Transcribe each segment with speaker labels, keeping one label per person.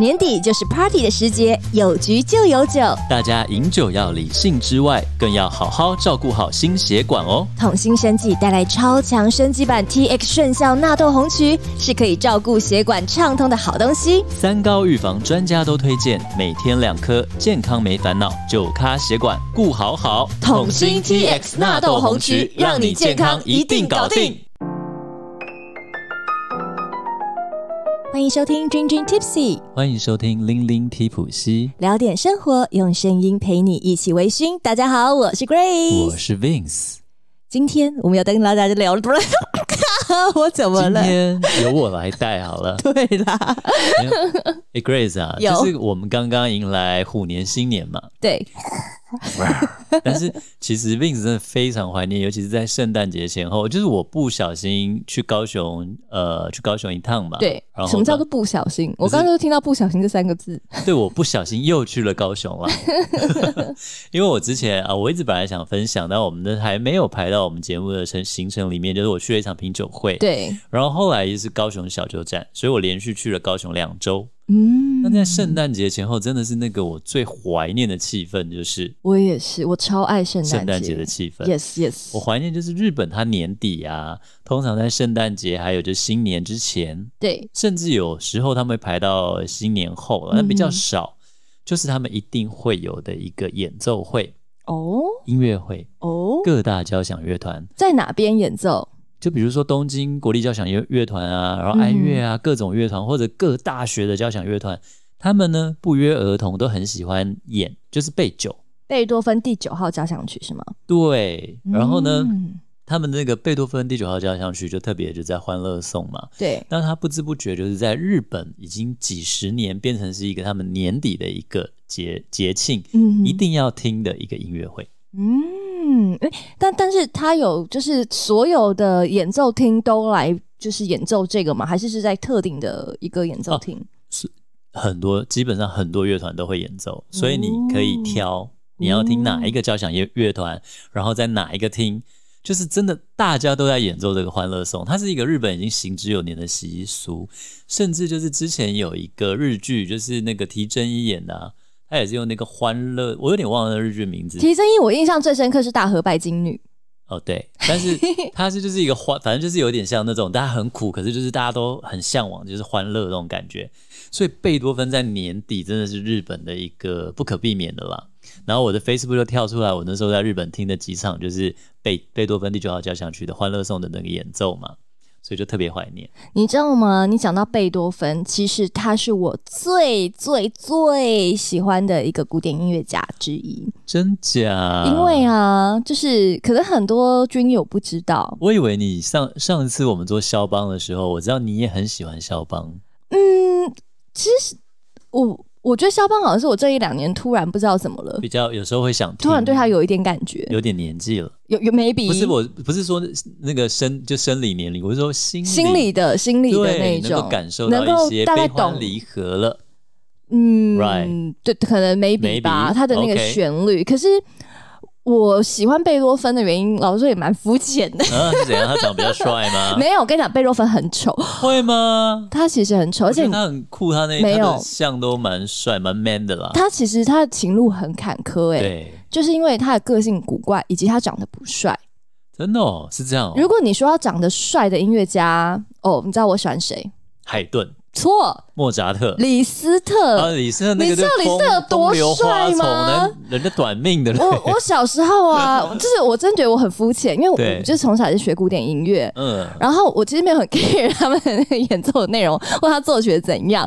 Speaker 1: 年底就是 party 的时节，有局就有酒。
Speaker 2: 大家饮酒要理性之外，更要好好照顾好心血管哦。
Speaker 1: 统新生技带来超强升级版 TX 顺效纳豆红曲，是可以照顾血管畅通的好东西。
Speaker 2: 三高预防专家都推荐每天两颗，健康没烦恼，酒咖血管顾好好。
Speaker 1: 统新 TX 纳豆红曲，让你健康一定搞定。。欢迎收听君君 Tipsy，
Speaker 2: 欢迎收听《零零提普西
Speaker 1: 聊点生活，用声音陪你一起微醺。大家好，我是》，
Speaker 2: 我
Speaker 1: Grace，
Speaker 2: 是 Vince。
Speaker 1: 今天我们要跟大家聊，不是 我怎么
Speaker 2: 今
Speaker 1: 了？。
Speaker 2: 天由我来带好了
Speaker 1: 对啦，
Speaker 2: 哎、g r a c e 啊，
Speaker 1: 有
Speaker 2: 就是我们刚刚迎来虎年新年嘛，
Speaker 1: 对，
Speaker 2: 但是其实 Vince 真的非常怀念，尤其是在圣诞节前后，就是我不小心去高雄，呃，去高雄一趟嘛。
Speaker 3: 对
Speaker 2: 然，后
Speaker 3: 什么叫
Speaker 2: 呢
Speaker 3: 做不小心？我刚刚就听到“不小心”这三个字，
Speaker 2: 对，我不小心又去了高雄 了，因为我之前啊，我一直本来想分享，但我们的还没有排到我们节目的行行程里面，就是我去了一场品酒会，，
Speaker 3: 对，
Speaker 2: 然后后来也是高雄小酒展，所以我连续去了高雄两周。那
Speaker 3: 嗯，
Speaker 2: 在圣诞节前后，真的是那个我最怀念的气氛，就是
Speaker 3: 我也是，我超爱圣
Speaker 2: 圣
Speaker 3: 诞
Speaker 2: 诞节的气氛。
Speaker 3: ，yes yes，
Speaker 2: 我怀念就是日本，它年底啊，通常在圣诞节还有就是新年之前，
Speaker 3: 对，
Speaker 2: 甚至有时候他们会排到新年后了，但比较
Speaker 3: 嗯哼
Speaker 2: 少。就是他们一定会有的一个演奏会、
Speaker 3: 哦
Speaker 2: 音乐会，
Speaker 3: 哦，
Speaker 2: 各大交响乐团，
Speaker 3: 在哪边演奏？
Speaker 2: 就比如说东京国立交响乐乐团啊，然后
Speaker 3: 嗯
Speaker 2: 爱乐啊，各种乐团或者各大学的交响乐团，他们呢不约而同都很喜欢演，就是备酒。
Speaker 3: 贝多芬第九号交响曲是吗？
Speaker 2: 对，然后呢，
Speaker 3: 嗯
Speaker 2: 他们那个贝多芬第九号交响曲就特别就在《欢乐颂》嘛，
Speaker 3: 对，
Speaker 2: 但他不知不觉就是在日本已经几十年变成是一个他们年底的一个节节庆，
Speaker 3: 嗯
Speaker 2: 一，定要听的一个音乐会。
Speaker 3: 嗯，诶但但是他有就是所有的演奏厅都来就是演奏这个吗？还是是在特定的一个演
Speaker 2: 哦
Speaker 3: 奏厅？
Speaker 2: 很多基本上很多乐团都会演奏，所以你可以挑你要听哪一个交响乐乐团，然后在哪一个厅，就是真的大家都在演奏这个《欢乐颂》，它是一个日本已经行之有年的习俗，甚至就是之前有一个日剧，就是那个提真一演的、啊，他也是用那个欢乐，我有点忘了那日剧名字，
Speaker 3: 提真一，我印象最深刻是大和拜金女，
Speaker 2: 哦，对，但是它是就是一个欢，反正就是有点像那种大家很苦，可是就是大家都很向往，就是欢乐那种感觉。所以贝多芬在年底真的是日本的一个不可避免的啦。然后我的 Facebook 就跳出来，我那时候在日本听的几场就是贝贝多芬第九号交响曲的《欢乐颂》的那个演奏嘛，所以就特别怀念。
Speaker 3: 你知道吗？你讲到贝多芬，其实他是我最最最喜欢的一个古典音乐家之一，
Speaker 2: 真假？
Speaker 3: 因为啊，就是可能很多军友不知道，
Speaker 2: 我以为你上上次我们做肖邦的时候，我知道你也很喜欢肖邦。
Speaker 3: 嗯，其实我我觉得肖邦好像是我这一两年突然不知道怎么了，
Speaker 2: 比较有时候会想听，
Speaker 3: 突然对他有一点感觉，
Speaker 2: 有点年纪了。
Speaker 3: 有有 maybe
Speaker 2: 不是我，不是说那个生就生理年龄，我是说心理
Speaker 3: 心理的心理的那
Speaker 2: 对
Speaker 3: 一
Speaker 2: 能够
Speaker 3: 种
Speaker 2: 感受到
Speaker 3: 能够
Speaker 2: 一些
Speaker 3: 大概
Speaker 2: 悲欢
Speaker 3: 懂
Speaker 2: 离合了。
Speaker 3: 嗯
Speaker 2: Right
Speaker 3: 对，可能 maybe
Speaker 2: Maybe，
Speaker 3: 吧，他的那个
Speaker 2: OK
Speaker 3: 旋律。可是我喜欢贝多芬的原因，老实说也蛮肤浅 的。
Speaker 2: 啊，是怎样？他长得比较帅 吗？
Speaker 3: 没有，我跟你讲，贝多芬很丑，
Speaker 2: 会吗？
Speaker 3: 他其实很丑，而
Speaker 2: 我觉
Speaker 3: 且
Speaker 2: 得他很酷，他那
Speaker 3: 没
Speaker 2: 他的
Speaker 3: 有
Speaker 2: 像都蛮帅，蛮 man 的啦。
Speaker 3: 他其实他的情路很坎坷、欸，
Speaker 2: 对，
Speaker 3: 就是因为他的个性古怪，以及他长得不帅。
Speaker 2: 真的哦，是这样哦。
Speaker 3: 如果你说要长得帅的音乐家，哦，你知道我喜欢谁？
Speaker 2: 海顿、
Speaker 3: 错，
Speaker 2: 莫扎特。
Speaker 3: 李斯
Speaker 2: 啊，
Speaker 3: 特。
Speaker 2: 李斯特那个
Speaker 3: 你知道
Speaker 2: 就
Speaker 3: 李斯
Speaker 2: 风
Speaker 3: 特有多
Speaker 2: 风流花
Speaker 3: 帅
Speaker 2: 丛
Speaker 3: 吗哦
Speaker 2: 人人家短命的嘞，
Speaker 3: 我我小时候 啊，就是我真觉得我很肤浅，因为
Speaker 2: 对
Speaker 3: 我就是从小就学古典音乐，
Speaker 2: 嗯，
Speaker 3: 然后我其实没有很 care 他们的演奏的内容 或他作曲的怎样，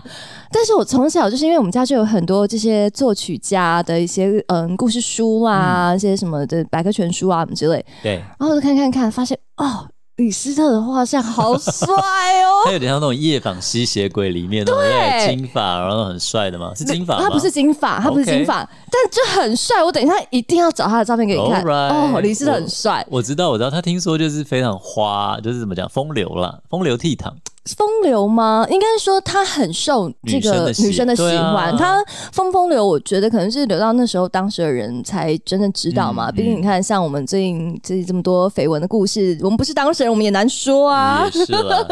Speaker 3: 但是我从小就是因为我们家就有很多这些作曲家的一些嗯故事书啊，
Speaker 2: 嗯
Speaker 3: 一些什么的百科全书啊什么之类，
Speaker 2: 对，
Speaker 3: 然后我就看看看，发现哦，李斯特的画像好帅哦。
Speaker 2: 他有点像那种夜访吸血鬼里面的，对，金发，然后很帅的嘛，是金发吗？
Speaker 3: 他不是金发，他不是
Speaker 2: OK
Speaker 3: 金发但就很帅。我等一下一定要找他的照片给你看。
Speaker 2: Alright，
Speaker 3: 哦，李斯特
Speaker 2: 我
Speaker 3: 很帅，
Speaker 2: 我知道，我知道，他听说就是非常花，就是怎么讲，风流啦，风流倜傥。
Speaker 3: 风流吗？应该说他很受这个
Speaker 2: 女生的喜
Speaker 3: 女生的喜欢。
Speaker 2: 对啊
Speaker 3: 他风风流，我觉得可能是留到那时候当时的人才真正知道嘛。
Speaker 2: 嗯
Speaker 3: 毕竟你看，像我们最近最近这么多绯闻的故事，我们不是当事人，我们也难说啊。哦
Speaker 2: 也是了。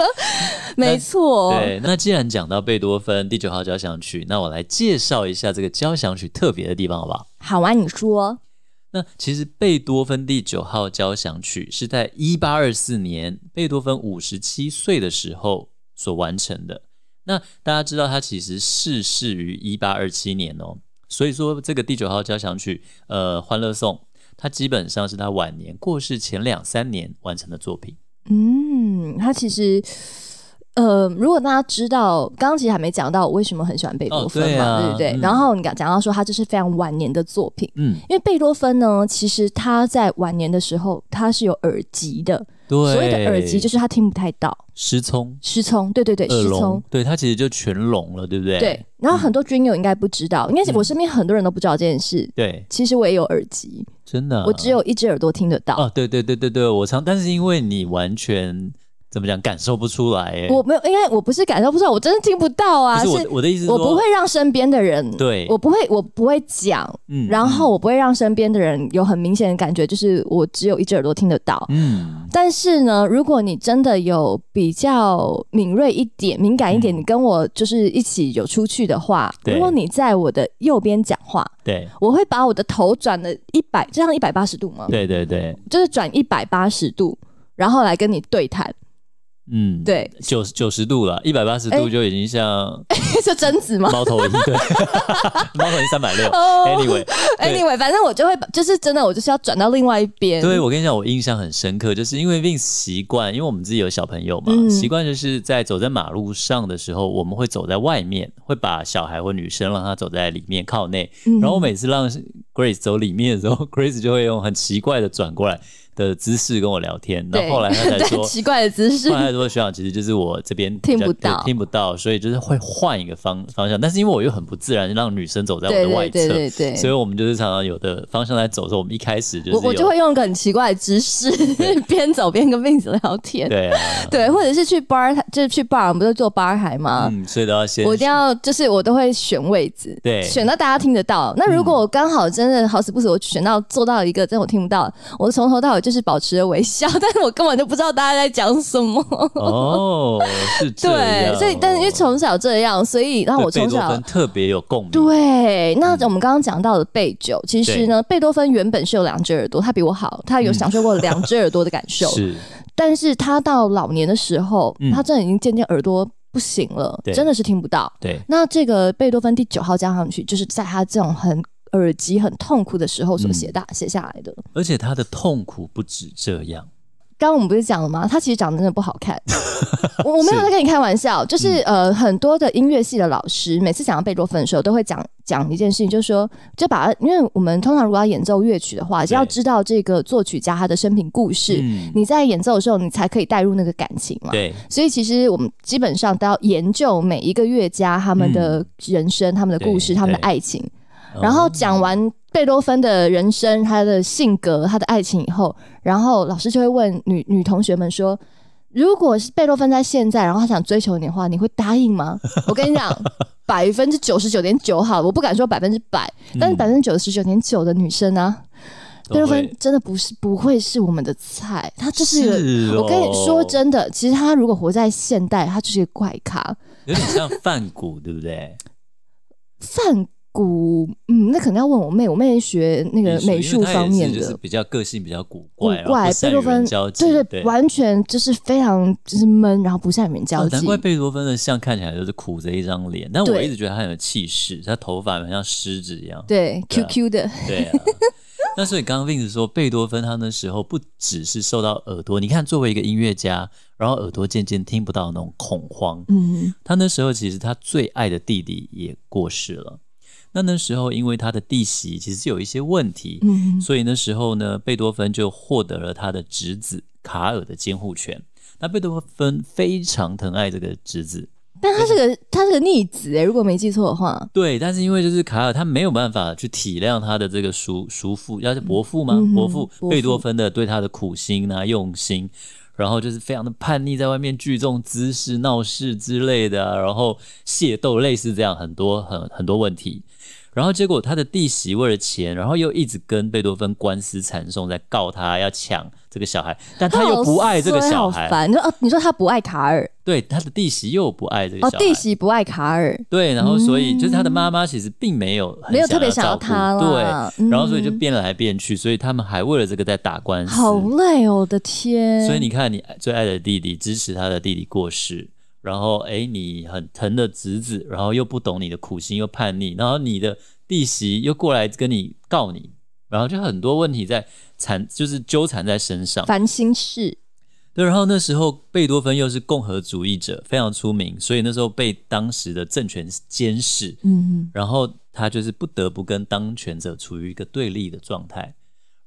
Speaker 3: 没错，
Speaker 2: 对，那既然讲到贝多芬第九号交响曲，那我来介绍一下这个交响曲特别的地方，好不好？
Speaker 3: 好啊，你说
Speaker 2: 那其实贝多芬第九号交响曲是在一八二四年贝多芬五十七岁的时候所完成的。那大家知道他其实逝世于一八二七年哦，所以说这个第九号交响曲，呃，《欢乐颂》，它基本上是他晚年过世前两三年完成的作品。
Speaker 3: 嗯，他其实。呃，如果大家知道，刚刚其实还没讲到我为什么很喜欢贝多芬
Speaker 2: 哦对
Speaker 3: 嘛，
Speaker 2: 啊
Speaker 3: 对不对？
Speaker 2: 嗯
Speaker 3: 然后你讲讲到说，他这是非常晚年的作品，
Speaker 2: 嗯，
Speaker 3: 因为贝多芬呢，其实他在晚年的时候，他是有耳疾的。
Speaker 2: 对，
Speaker 3: 所谓的耳疾，就是他听不太到，
Speaker 2: 失聪。
Speaker 3: 失聪。对对对，
Speaker 2: 耳
Speaker 3: 失
Speaker 2: 聋
Speaker 3: 聪。，
Speaker 2: 对他其实就全聋了，对不对？嗯
Speaker 3: 对，然后很多军友应该不知道，应该是我身边很多人都不知道这件事。
Speaker 2: 对，
Speaker 3: 其实我也有耳疾，
Speaker 2: 真的啊、
Speaker 3: 我只有一只耳朵听得到。
Speaker 2: 哦，对对对对对，我常，但是因为你完全怎么讲感受不出来耶，
Speaker 3: 我没有，应该我不是感受不出来，我真的听不到
Speaker 2: 不
Speaker 3: 啊。
Speaker 2: 是我我的意思是
Speaker 3: 我
Speaker 2: 说，
Speaker 3: 不会让身边的人，
Speaker 2: 对
Speaker 3: 我不会，我不会讲，
Speaker 2: 嗯，嗯
Speaker 3: 然后我不会让身边的人有很明显的感觉，就是我只有一只耳朵听得到。
Speaker 2: 嗯
Speaker 3: 但是呢，如果你真的有比较敏锐一点、敏感一点，
Speaker 2: 嗯
Speaker 3: 你跟我就是一起有出去的话，
Speaker 2: 对
Speaker 3: 如果你在我的右边讲话，
Speaker 2: 对
Speaker 3: 我会把我的头转了一百，这样一百八十度吗？，
Speaker 2: 对对对，
Speaker 3: 就是转一百八十度，然后来跟你对谈。
Speaker 2: 嗯，
Speaker 3: 对，
Speaker 2: 九九十度了，一百八十
Speaker 3: 哎
Speaker 2: 度就已经像
Speaker 3: 是贞子 吗？
Speaker 2: 猫头鹰，对，猫头鹰三百六
Speaker 3: 哦
Speaker 2: ，anyway，对哎
Speaker 3: Anyway，反正我就会把，就是真的，我就是要转到另外一边。
Speaker 2: 对，我跟你讲，我印象很深刻，就是因为 Vince 习惯，因为我们自己有小朋友嘛，
Speaker 3: 嗯
Speaker 2: 习惯就是在走在马路上的时候，我们会走在外面，会把小孩或女生让他走在里面靠内。
Speaker 3: 嗯
Speaker 2: 然后我每次让 Grace 走里面的时候，Grace 就会用很奇怪的转过来的姿势跟我聊天。然
Speaker 3: 对，
Speaker 2: 后后来他才
Speaker 3: 很
Speaker 2: 说，
Speaker 3: 奇怪的姿势
Speaker 2: 后。来他说学长其实就是我这边比
Speaker 3: 听
Speaker 2: 较
Speaker 3: 不
Speaker 2: 对
Speaker 3: 到
Speaker 2: 听不到，所以就是会换一个方方向。但是因为我又很不自然让女生走在我
Speaker 3: 对
Speaker 2: 的外
Speaker 3: 对
Speaker 2: 侧。
Speaker 3: 对对对，
Speaker 2: 所以，我们就是常常有的方向来走的时候，我们一开始就是
Speaker 3: 我我
Speaker 2: 有
Speaker 3: 就会用一个很奇怪的姿势， 边走边跟妹子聊 天。
Speaker 2: 对啊，
Speaker 3: 对，或者是去 bar，台就是去 bar，我们不是做 bar 台吗？
Speaker 2: 嗯，所以都要先
Speaker 3: 我一定要，就是我都会选位置，
Speaker 2: 对
Speaker 3: 选到大家听得到。那如果我刚好真的好死不死，我选到坐到一个真的我听不到，我从头到尾就是保持着微笑， 但是我根本就不知道大家在讲什么。
Speaker 2: 哦，是这样
Speaker 3: 对，
Speaker 2: 哦
Speaker 3: 所以但是因为从小这样，所以让我
Speaker 2: 对
Speaker 3: 从
Speaker 2: 贝多
Speaker 3: 小
Speaker 2: 芬特别有共鸣，
Speaker 3: 对，那我们刚刚讲到的贝九，其实
Speaker 2: 嗯对嗯
Speaker 3: 呢，贝多芬原本是有两只耳朵，他比我好，他有享受过两只耳朵的感受，
Speaker 2: 是
Speaker 3: 但是他到老年的时候，
Speaker 2: 嗯
Speaker 3: 他真的已经渐渐耳朵不行了，
Speaker 2: 对
Speaker 3: 真的是听不到。
Speaker 2: 对，
Speaker 3: 那这个贝多芬第九号交响曲，就是在他这种很耳疾、很痛苦的时候
Speaker 2: 嗯
Speaker 3: 所写大、写下来的。
Speaker 2: 而且他的痛苦不止这样，
Speaker 3: 刚刚我们不是讲了吗？他其实长得真的不好 看，我我没有在跟你开玩
Speaker 2: 嗯
Speaker 3: 笑，就是、呃，很多的音乐系的老师每次讲到贝多芬的时候，都会讲讲一件事情，就是说，就把它，因为我们通常如果要演奏乐曲的话，就要知道这个作曲家他的生平故事，
Speaker 2: 嗯
Speaker 3: 你在演奏的时候，你才可以带入那个感情嘛。
Speaker 2: 对
Speaker 3: 所以其实我们基本上都要研究每一个乐家他们的人生、他们的故事、
Speaker 2: 嗯对
Speaker 3: 他们的
Speaker 2: 对
Speaker 3: 爱情。
Speaker 2: 嗯
Speaker 3: 然后讲完贝多芬的人生、他的性格、他的爱情以后，然后老师就会问女女同学们说：“如果是贝多芬在现在，然后他想追求你的话，你会答应吗？”我跟你 讲，百分之九十九点九好了，我不敢说百分之百，但是
Speaker 2: 嗯
Speaker 3: 百分之九十九点九的女生啊，贝多芬真的不是不会是我们的菜，他就是一个
Speaker 2: 是哦
Speaker 3: 我跟你说真的，其实他如果活在现代，他就是一个怪咖。
Speaker 2: 有点像范谷，对不对？
Speaker 3: 范谷，嗯，那可能要问我妹，我妹学 那个
Speaker 2: 艺
Speaker 3: 美术
Speaker 2: 因为他也
Speaker 3: 方面
Speaker 2: 是就是
Speaker 3: 的。
Speaker 2: 比较个性比较古
Speaker 3: 古
Speaker 2: 怪，然后
Speaker 3: 怪
Speaker 2: 不
Speaker 3: 贝
Speaker 2: 善
Speaker 3: 多
Speaker 2: 与人
Speaker 3: 芬，
Speaker 2: 交际，
Speaker 3: 对
Speaker 2: 对
Speaker 3: 对，。完全就是非常就是闷，然后不善与人交
Speaker 2: 哦
Speaker 3: 际
Speaker 2: 难。怪贝多芬的像看起来就是苦着一张脸，但我
Speaker 3: 对
Speaker 2: 一直觉得他很有气势，他头发很像狮子一样。
Speaker 3: 对
Speaker 2: 对
Speaker 3: ，Q
Speaker 2: 啊
Speaker 3: Q 的，
Speaker 2: 对啊。那所以刚刚 Vince 说，贝多芬他那时候不只是受到耳朵，你看作为一个音乐家，然后耳朵渐渐听不到那种恐慌，
Speaker 3: 嗯，
Speaker 2: 他那时候其实他最爱的弟弟也过世了。那那时候因为他的弟媳其实有一些问题，
Speaker 3: 嗯
Speaker 2: 所以那时候呢，贝多芬就获得了他的侄子卡尔的监护权。那贝多芬非常疼爱这个侄子，
Speaker 3: 但他是个他是个逆子哎，如果没记错的话，
Speaker 2: 对，但是因为就是卡尔他没有办法去体谅他的这个叔叔父，要是伯父吗？
Speaker 3: 嗯哼
Speaker 2: 伯父
Speaker 3: 伯父
Speaker 2: 贝多芬的对他的苦心啊、用心，然后就是非常的叛逆，在外面聚众滋事、闹事之类的啊、然后械斗，类似这样很多很很多问题。然后结果他的弟媳为了钱，然后又一直跟贝多芬官司缠讼，在告他要抢这个小孩，但他又不爱这个小
Speaker 3: 好
Speaker 2: 孩，
Speaker 3: 烦。你说哦，你说他不爱卡尔
Speaker 2: 对他的弟媳又不爱这个
Speaker 3: 哦
Speaker 2: 小，孩，
Speaker 3: 弟媳不爱卡尔，
Speaker 2: 对，然后所以就是他的妈妈其实并没有
Speaker 3: 嗯
Speaker 2: 很
Speaker 3: 没有特别
Speaker 2: 想
Speaker 3: 想
Speaker 2: 要
Speaker 3: 要他
Speaker 2: 照顾
Speaker 3: 啦
Speaker 2: 对，
Speaker 3: 嗯
Speaker 2: 然后所以就变来变去，所以他们还为了这个在打官司。
Speaker 3: 好累哦，我的天！
Speaker 2: 所以你看，你最爱的弟弟支持他的弟弟过世，然后哎，你很疼的侄子，然后又不懂你的苦心，又叛逆，然后你的弟媳又过来跟你告你，然后就很多问题在缠，就是纠缠在身上。
Speaker 3: 烦心事，
Speaker 2: 对，然后那时候贝多芬又是共和主义者，非常出名，所以那时候被当时的政权监视，
Speaker 3: 嗯，
Speaker 2: 然后他就是不得不跟当权者处于一个对立的状态。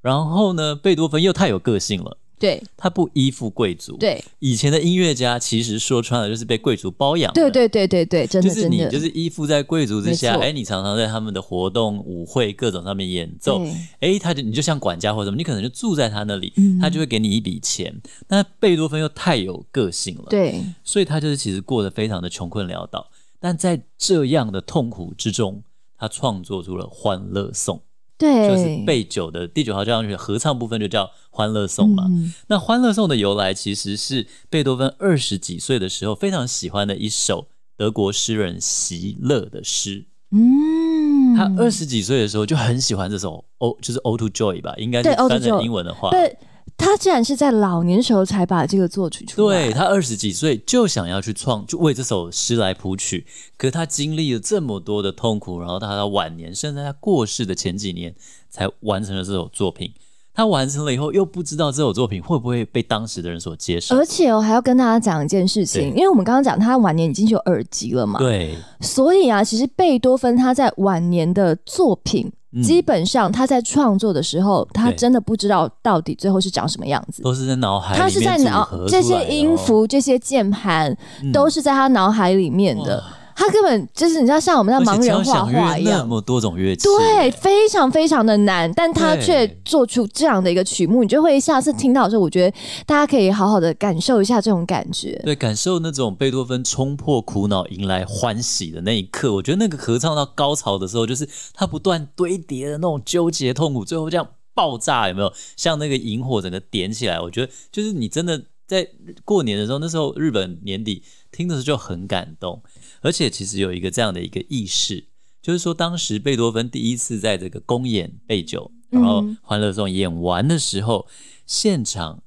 Speaker 2: 然后呢，贝多芬又太有个性了，
Speaker 3: 对
Speaker 2: 他不依附贵族。，
Speaker 3: 对
Speaker 2: 以前的音乐家其实说穿了就是被贵族包养的。
Speaker 3: 对对对对对，真的
Speaker 2: 就是
Speaker 3: 真
Speaker 2: 你
Speaker 3: 的，
Speaker 2: 就是依附在贵族之下，
Speaker 3: 没错
Speaker 2: 哎，你常常在他们的活动、舞会各种上面演奏
Speaker 3: 对，
Speaker 2: 哎，他就你就像管家或什么，你可能就住在他那里，
Speaker 3: 嗯
Speaker 2: 他就会给你一笔钱。那贝多芬又太有个性了，
Speaker 3: 对
Speaker 2: 所以他就是其实过得非常的穷困潦倒。但在这样的痛苦之中，他创作出了《欢乐颂》，
Speaker 3: 对，
Speaker 2: 就是贝九的第九号交响曲合唱部分就叫《欢乐颂》嘛。
Speaker 3: 嗯
Speaker 2: 那《欢乐颂》的由来其实是贝多芬二十几岁的时候非常喜欢的一首德国诗人席勒的诗。
Speaker 3: 嗯，
Speaker 2: 他二十几岁的时候就很喜欢这首 O，就是 O to Joy 吧，应该是
Speaker 3: 对 Ode to
Speaker 2: 翻成
Speaker 3: Joy
Speaker 2: 英文的话。
Speaker 3: 对，他竟然是在老年时候才把这个作曲出来，
Speaker 2: 对他二十几岁就想要去创，就为这首诗来谱曲。可他经历了这么多的痛苦，然后他到晚年，甚至他过世的前几年，才完成了这首作品。他完成了以后，又不知道这首作品会不会被当时的人所接受。
Speaker 3: 而且我还要跟大家讲一件事情
Speaker 2: 对，
Speaker 3: 因为我们刚刚讲他晚年已经是有耳疾了嘛，
Speaker 2: 对，
Speaker 3: 所以啊，其实贝多芬他在晚年的作品，
Speaker 2: 嗯
Speaker 3: 基本上他在创作的时候，他
Speaker 2: 对
Speaker 3: 真的不知道到底最后是长什么样子。
Speaker 2: 都是在脑海里
Speaker 3: 他
Speaker 2: 面
Speaker 3: 是在
Speaker 2: 组
Speaker 3: 脑
Speaker 2: 合
Speaker 3: 这
Speaker 2: 出来
Speaker 3: 些
Speaker 2: 的
Speaker 3: 音
Speaker 2: 哦
Speaker 3: 符、这些键盘
Speaker 2: 嗯
Speaker 3: 都是在他脑海里面的，他根本就是你知道，像我们那
Speaker 2: 而且
Speaker 3: 盲人
Speaker 2: 交
Speaker 3: 画
Speaker 2: 响
Speaker 3: 画
Speaker 2: 乐
Speaker 3: 一
Speaker 2: 那
Speaker 3: 样。
Speaker 2: 么多种乐器，
Speaker 3: 对，，非常非常的难，但他
Speaker 2: 对
Speaker 3: 却做出这样的一个曲目，你就会下次听到的时候，我觉得大家可以好好的感受一下这种感觉。
Speaker 2: 对，感受那种贝多芬冲破苦恼，迎来欢喜的那一刻，我觉得那个合唱到高潮的时候，就是他不断堆叠的那种纠结痛苦，最后这样爆炸，有没有？像那个萤火整个点起来，我觉得就是你真的在过年的时候，那时候日本年底听的时候就很感动，而且其实有一个这样的一个意识，就是说当时贝多芬第一次在这个公演贝九，
Speaker 3: 嗯
Speaker 2: 然后《欢乐颂》演完的时候，现场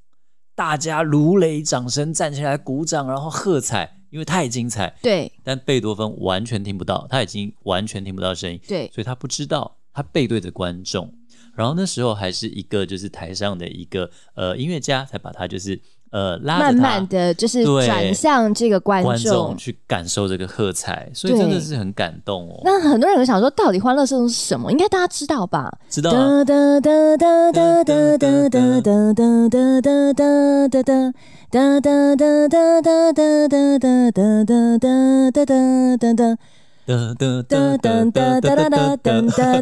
Speaker 2: 大家如雷掌声，站起来鼓掌，然后喝彩，因为太精彩。
Speaker 3: 对
Speaker 2: 但贝多芬完全听不到，他已经完全听不到声音，
Speaker 3: 对，
Speaker 2: 所以他不知道，他背对着观众。然后那时候还是一个就是台上的一个呃音乐家才把他就是呃拉着他
Speaker 3: 慢慢的就是
Speaker 2: 对
Speaker 3: 转向这个观
Speaker 2: 观
Speaker 3: 众
Speaker 2: 众，去感受这个喝彩，所以真的是很感动哦。
Speaker 3: 那很多人有想说，到底欢乐颂是什么？应该大家知道吧？
Speaker 2: 知道啊，
Speaker 3: 哒哒哒哒哒哒哒哒哒哒哒哒哒哒哒。哒哒哒哒哒哒哒哒哒哒哒哒哒哒哒
Speaker 2: 噔噔
Speaker 3: 哒
Speaker 2: 噔
Speaker 3: 哒哒哒哒
Speaker 2: 噔噔噔
Speaker 3: 哒
Speaker 2: 噔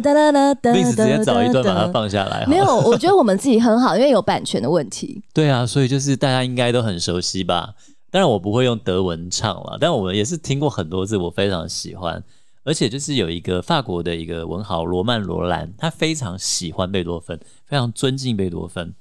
Speaker 3: 哒哒
Speaker 2: 噔 噔。
Speaker 3: 哒哒哒。
Speaker 2: Vince 直接找一段把它放下来好了，
Speaker 3: 没有，我觉得我们自己很好，因为有版权的问题。
Speaker 2: 对啊，所以就是大家应该都很熟悉吧。当然我不会用德文唱了，但我也是听过很多次，我非常喜欢。而且就是有一个法国的一个文豪罗曼·罗兰，他非常喜欢贝多芬，非常尊敬贝多芬。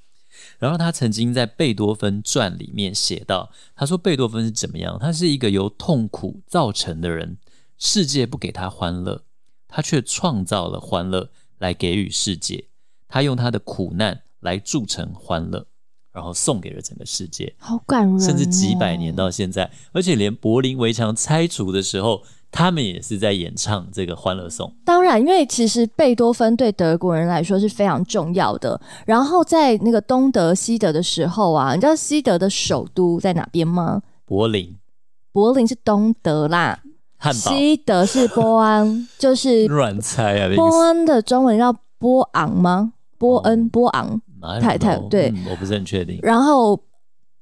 Speaker 2: 然后他曾经在《贝多芬传》里面写到，他说贝多芬是怎么样？他是一个由痛苦造成的人，世界不给他欢乐，他却创造了欢乐来给予世界。他用他的苦难来铸成欢乐，然后送给了整个世界，
Speaker 3: 好感人，
Speaker 2: 甚至几百年。到现在。而且连柏林围墙拆除的时候，他们也是在演唱这个《欢乐颂
Speaker 3: 当然，因为其实贝多芬对德国人来说是非常重要的。然后在那个东德、西德的时候啊，你知道西德的首都在哪边吗？》。
Speaker 2: 柏林、
Speaker 3: 柏林是东德啦，
Speaker 2: 汉堡、
Speaker 3: 西德是波安，就是
Speaker 2: 乱猜啊，那
Speaker 3: 波
Speaker 2: 个
Speaker 3: 安的中文叫波昂吗？波恩、波昂。
Speaker 2: 哪
Speaker 3: 太
Speaker 2: 有
Speaker 3: 太
Speaker 2: 嗯
Speaker 3: 对
Speaker 2: 我不是很确定。
Speaker 3: 然后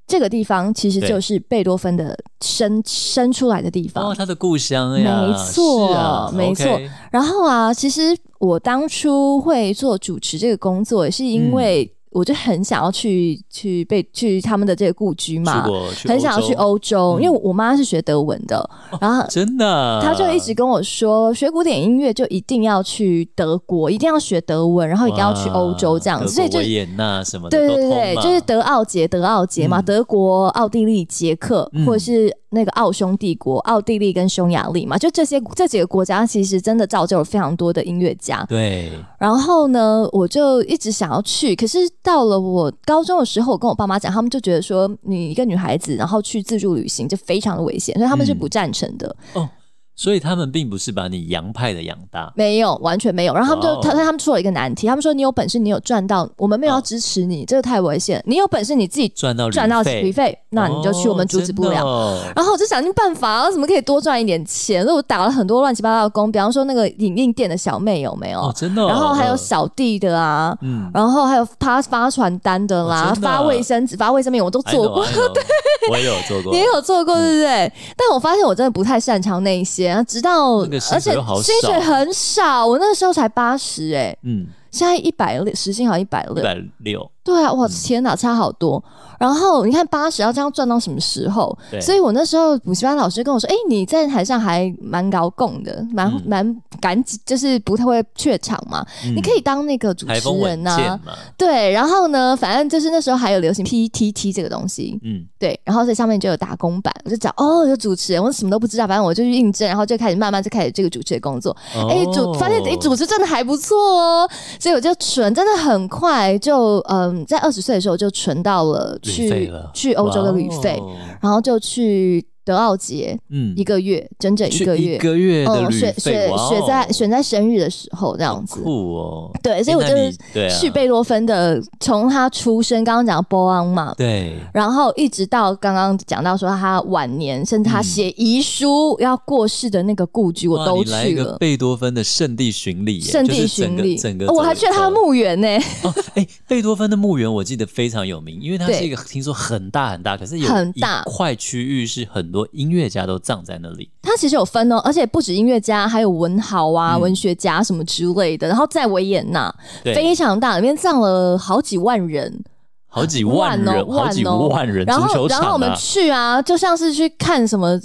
Speaker 3: 这个地方其实
Speaker 2: 对
Speaker 3: 就是贝多芬的生生出来的地方
Speaker 2: 哦，。他的故乡呀，
Speaker 3: 没错
Speaker 2: 是啊
Speaker 3: 没错
Speaker 2: OK 嗯
Speaker 3: 然后啊，其实我当初会做主持这个工作，也是因为。我就很想要去去被去他们的这个故居嘛
Speaker 2: 去，过，去
Speaker 3: 很想要去
Speaker 2: 欧
Speaker 3: 欧洲，
Speaker 2: 嗯哦啊
Speaker 3: 因为我妈是学德文的，然后
Speaker 2: 洲，。真的，
Speaker 3: 她就一直跟我说，学古典音乐就一定要去德国，一定要学德文，然后一定要去欧洲这样
Speaker 2: 哇
Speaker 3: 子，所以
Speaker 2: 德国
Speaker 3: 就
Speaker 2: 维也纳什么的
Speaker 3: 对
Speaker 2: 都
Speaker 3: 对
Speaker 2: 通
Speaker 3: 对，
Speaker 2: 嘛
Speaker 3: 就是德奥节、德奥节嘛，
Speaker 2: 嗯
Speaker 3: 德国、奥地利、捷克，
Speaker 2: 嗯
Speaker 3: 或者是那个奥匈帝国、奥地利跟匈牙利嘛，就这些这几个国家，其实真的造就了非常多的音乐家。
Speaker 2: 对，
Speaker 3: 然后呢，我就一直想要去，可是到了我高中的时候，我跟我爸妈讲，他们就觉得说，你一个女孩子，然后去自助旅行就非常的危险，所以他们是
Speaker 2: 嗯
Speaker 3: 不赞成的。
Speaker 2: 所以他们并不是把你洋派的养大，
Speaker 3: 没有，完全没有。然后他们就
Speaker 2: 哇哦
Speaker 3: 他他们出了一个难题，他们说你有本事，你有赚到，我们没有要
Speaker 2: 哦
Speaker 3: 支持你，这个太危险。你有本事你自己
Speaker 2: 赚到
Speaker 3: 赚到旅
Speaker 2: 费，哦
Speaker 3: 费，那你就去，我们阻止不了。
Speaker 2: 了。
Speaker 3: 然后我就想尽办法，我怎么可以多赚一点钱？所以我打了很多乱七八糟的工，比方说那个影印店的小妹有没有？
Speaker 2: 哦，真的哦、
Speaker 3: 然后还有
Speaker 2: 嗯
Speaker 3: 扫地的啊，
Speaker 2: 嗯，
Speaker 3: 然后还有发发传单的啦，
Speaker 2: 哦哎啊真的啊
Speaker 3: 发卫生纸、发卫生棉，我都
Speaker 2: I
Speaker 3: 做
Speaker 2: know,
Speaker 3: 过。
Speaker 2: I know 我也有做过，
Speaker 3: 你也有做过，对不对？但我发现我真的不太擅长那一些，然后直到
Speaker 2: 那个薪水
Speaker 3: 而且
Speaker 2: 又好
Speaker 3: 薪水
Speaker 2: 少
Speaker 3: 很少，我那个时候才八十哎，
Speaker 2: 嗯，
Speaker 3: 现在一百六，时薪好像一百
Speaker 2: 一
Speaker 3: 六，
Speaker 2: 百六，
Speaker 3: 对啊，哇，天哪，差好多。然后你看八十要这样赚到什么时候？
Speaker 2: 对
Speaker 3: 所以我那时候补习班老师跟我说：“哎、你在台上还蛮高供的，蛮
Speaker 2: 嗯
Speaker 3: 蛮赶紧，就是不太会怯场嘛。你可以当那个主
Speaker 2: 台
Speaker 3: 持
Speaker 2: 风
Speaker 3: 人啊
Speaker 2: 稳
Speaker 3: 呐、
Speaker 2: 健嘛，
Speaker 3: 对。然后呢，反正就是那时候还有流行 PTT 这个东西，
Speaker 2: 嗯，
Speaker 3: 对。然后在上面就有打工版，我就找哦，有主持人，我什么都不知道，反正我就去应征，然后就开始慢慢就开始这个主持的工作。
Speaker 2: 哦
Speaker 3: 哎、主发现哎、主持真的还不错哦，所以我就存，真的很快就嗯，在二十岁的时候就存到了
Speaker 2: 旅费
Speaker 3: 去
Speaker 2: 了
Speaker 3: 去欧洲的旅费，
Speaker 2: 哇哦
Speaker 3: 然后就去德奥节
Speaker 2: 嗯，
Speaker 3: 一个月，整整一
Speaker 2: 去
Speaker 3: 个月
Speaker 2: 一，个月的
Speaker 3: 嗯，
Speaker 2: 旅
Speaker 3: 选
Speaker 2: 费，
Speaker 3: 选
Speaker 2: 哇哦
Speaker 3: 选在选在生日的时候这样子，
Speaker 2: 酷哦，
Speaker 3: 对，所以我
Speaker 2: 哎
Speaker 3: 就
Speaker 2: 那你对啊
Speaker 3: 去贝多芬的，从他出生刚刚讲波昂嘛。
Speaker 2: 对，
Speaker 3: 然后一直到刚刚讲到说他晚年，甚至他
Speaker 2: 嗯
Speaker 3: 写遗书要过世的那个故居，我
Speaker 2: 哇
Speaker 3: 都
Speaker 2: 你来一
Speaker 3: 去
Speaker 2: 个
Speaker 3: 了。
Speaker 2: 贝多芬的圣地巡礼耶，
Speaker 3: 圣
Speaker 2: 就
Speaker 3: 地
Speaker 2: 是整
Speaker 3: 巡
Speaker 2: 个
Speaker 3: 礼，
Speaker 2: 整个
Speaker 3: 哦我还
Speaker 2: 走
Speaker 3: 去了他的
Speaker 2: 走
Speaker 3: 墓园呢、
Speaker 2: 哦，哎、贝多芬的墓园我记得非常有名，因为它
Speaker 3: 对
Speaker 2: 是一个听说很大很大，可是有
Speaker 3: 很
Speaker 2: 一
Speaker 3: 大
Speaker 2: 块区域是很多音乐家都葬在那里。
Speaker 3: 他其实有分哦，而且不止音乐家，还有文豪啊、
Speaker 2: 嗯
Speaker 3: 文学家什么之类的。然后在维也纳非
Speaker 2: 对，
Speaker 3: 常大，里面葬了好几万人，
Speaker 2: 好几万人，
Speaker 3: 万哦
Speaker 2: 好几
Speaker 3: 万哦
Speaker 2: 万人，
Speaker 3: 然
Speaker 2: 足
Speaker 3: 后
Speaker 2: 球
Speaker 3: 然
Speaker 2: 场
Speaker 3: 后我们
Speaker 2: 啊，
Speaker 3: 去啊，就像是去看什么呃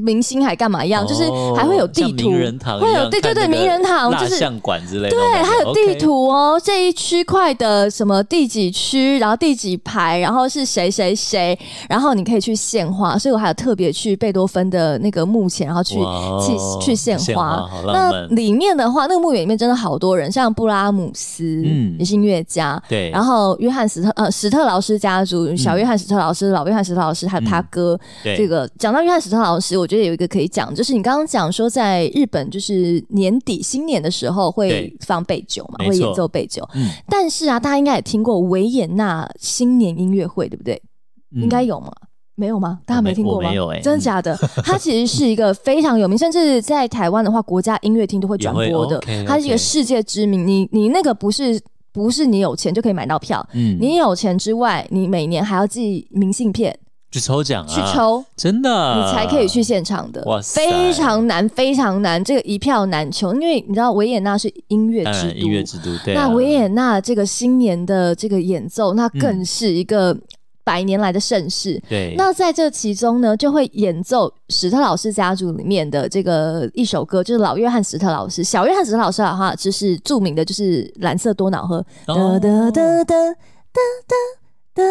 Speaker 3: 明星还干嘛一样，就是
Speaker 2: 哦
Speaker 3: 还会有地
Speaker 2: 像
Speaker 3: 图
Speaker 2: 名人堂一
Speaker 3: 会
Speaker 2: 样，
Speaker 3: 有对对对
Speaker 2: 看那个
Speaker 3: 名人堂
Speaker 2: 蜡
Speaker 3: 就是
Speaker 2: 像馆之类的那种
Speaker 3: 对，
Speaker 2: 感觉，
Speaker 3: 还有地
Speaker 2: OK
Speaker 3: 图哦，这一区块的什么第几区，然后第几排，然后是谁谁谁，然后你可以去献花，所以我还有特别去贝多芬的那个墓前，然后去
Speaker 2: 哇哦
Speaker 3: 去去献
Speaker 2: 献花好浪
Speaker 3: 那
Speaker 2: 漫
Speaker 3: 里面的话，那个墓园里面真的好多人，像布拉姆斯，
Speaker 2: 嗯
Speaker 3: 也是音乐家。
Speaker 2: 对，
Speaker 3: 然后，约翰·史特呃史特劳斯家族，小约翰·史特劳斯、老约翰·史特劳斯，还有他哥，
Speaker 2: 嗯对
Speaker 3: 这个讲到约翰·史特劳斯，我觉得有一个可以讲，就是你刚刚讲说，在日本就是年底新年的时候会
Speaker 2: 对
Speaker 3: 放贝九嘛，
Speaker 2: 没错
Speaker 3: 会演奏贝九。
Speaker 2: 嗯
Speaker 3: 但是啊，大家应该也听过维也纳新年音乐会，对不对？应该
Speaker 2: 嗯
Speaker 3: 有吗？没有吗？大家没听过吗？
Speaker 2: 我没有欸
Speaker 3: 真的假的？ 它其实是一个非常有名，甚至在台湾的话，国家音乐厅都会转
Speaker 2: 也
Speaker 3: 播
Speaker 2: 会哦
Speaker 3: 的。
Speaker 2: ，OK，OK
Speaker 3: 它是一个世界知名。你你那个不是不是你有钱就可以买到票，
Speaker 2: 嗯，
Speaker 3: 你有钱之外，你每年还要寄明信片
Speaker 2: 去抽奖啊，
Speaker 3: 去抽。
Speaker 2: 真的，
Speaker 3: 你才可以去现场的，
Speaker 2: 哇塞
Speaker 3: 非常难，非常难，这个一票难求，因为你知道维也纳是音乐
Speaker 2: 当
Speaker 3: 之
Speaker 2: 然
Speaker 3: 都
Speaker 2: 音，乐之都，对啊，
Speaker 3: 那维也纳这个新年的这个演奏，那更
Speaker 2: 嗯
Speaker 3: 是一个百年来的盛世。
Speaker 2: 对，
Speaker 3: 那在这其中呢，就会演奏史特老师家族里面的这个一首歌，就是老约翰·史特老师。小约翰·史特老师的话，就是著名的，就是《蓝色多瑙河》
Speaker 2: 哦
Speaker 3: 哒哒哒哒哒哒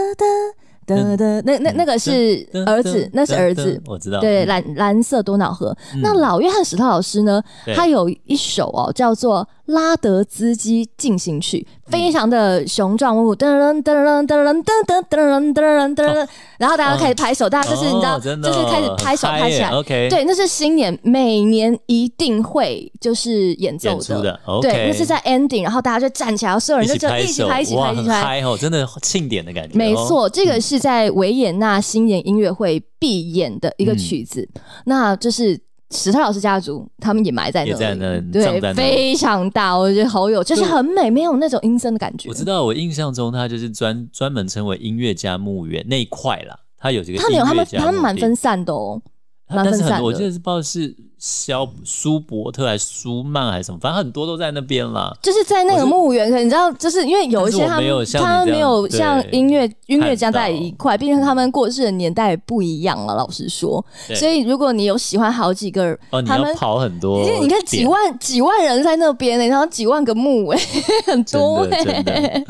Speaker 3: 哒哒，那那那个是
Speaker 2: 噔
Speaker 3: 儿子
Speaker 2: 噔，
Speaker 3: 那是
Speaker 2: 噔
Speaker 3: 儿
Speaker 2: 噔
Speaker 3: 子，
Speaker 2: 我知道，
Speaker 3: 对，
Speaker 2: 嗯
Speaker 3: 蓝蓝色多瑙河。
Speaker 2: 嗯
Speaker 3: 那老约翰·史特老师呢，
Speaker 2: 对
Speaker 3: 他有一首哦，叫做《拉德兹基进行曲》，
Speaker 2: 嗯
Speaker 3: 非常的雄壮威武，噔噔噔噔噔噔噔噔噔噔噔噔，然后大家开始拍手，大家就是你知道，
Speaker 2: 哦真的
Speaker 3: 就
Speaker 2: 哦
Speaker 3: 是开始拍手
Speaker 2: 很嗨
Speaker 3: 拍起
Speaker 2: 耶
Speaker 3: 来。
Speaker 2: ，OK，
Speaker 3: 对，那是新年每年一定会就是演奏
Speaker 2: 演出的，OK，
Speaker 3: 对，那是在 ending，然后大家就站起来，所有人
Speaker 2: 一
Speaker 3: 就
Speaker 2: 起
Speaker 3: 就
Speaker 2: 拍
Speaker 3: 一起
Speaker 2: 手，
Speaker 3: 拍，一起
Speaker 2: 哇
Speaker 3: 拍，一
Speaker 2: 很
Speaker 3: 起拍。
Speaker 2: 嗨哦，真的庆典的感觉，
Speaker 3: 没
Speaker 2: 哦，
Speaker 3: 错，这个是在维也纳新年音乐会必演的一个曲子，那就是。史特老师家族，他们也埋在那里，
Speaker 2: 也在那里葬在
Speaker 3: 对，
Speaker 2: 那里
Speaker 3: 非常大，我觉得好有，就是很美，没有那种阴森的感觉。
Speaker 2: 我知道，我印象中它就是专专门称为音乐家墓园那一块啦，它有这个
Speaker 3: 他们有他们
Speaker 2: 音乐家
Speaker 3: 他们
Speaker 2: 墓
Speaker 3: 蛮
Speaker 2: 地
Speaker 3: 分散的哦，蛮
Speaker 2: 但
Speaker 3: 分
Speaker 2: 是
Speaker 3: 散
Speaker 2: 很
Speaker 3: 的
Speaker 2: 多，我记得是不知道是肖舒伯特还是舒曼还是什么，反正很多都在那边啦。
Speaker 3: 就是在那
Speaker 2: 我
Speaker 3: 个
Speaker 2: 是
Speaker 3: 墓园，可能你知道，就是因为有一些他
Speaker 2: 但是我没有
Speaker 3: 们
Speaker 2: 像你
Speaker 3: 他们
Speaker 2: 这样
Speaker 3: 没有像
Speaker 2: 对
Speaker 3: 音乐音乐家
Speaker 2: 看到
Speaker 3: 在一块，毕竟他们过世的年代不一样了。老实说，
Speaker 2: 对
Speaker 3: 所以如果你有喜欢好几个，
Speaker 2: 哦，你
Speaker 3: 他
Speaker 2: 要
Speaker 3: 们
Speaker 2: 跑很多
Speaker 3: 因
Speaker 2: 点，
Speaker 3: 为你看几万几万人在那边欸呢，然后几万个墓哎、很多哎、
Speaker 2: 真的真的，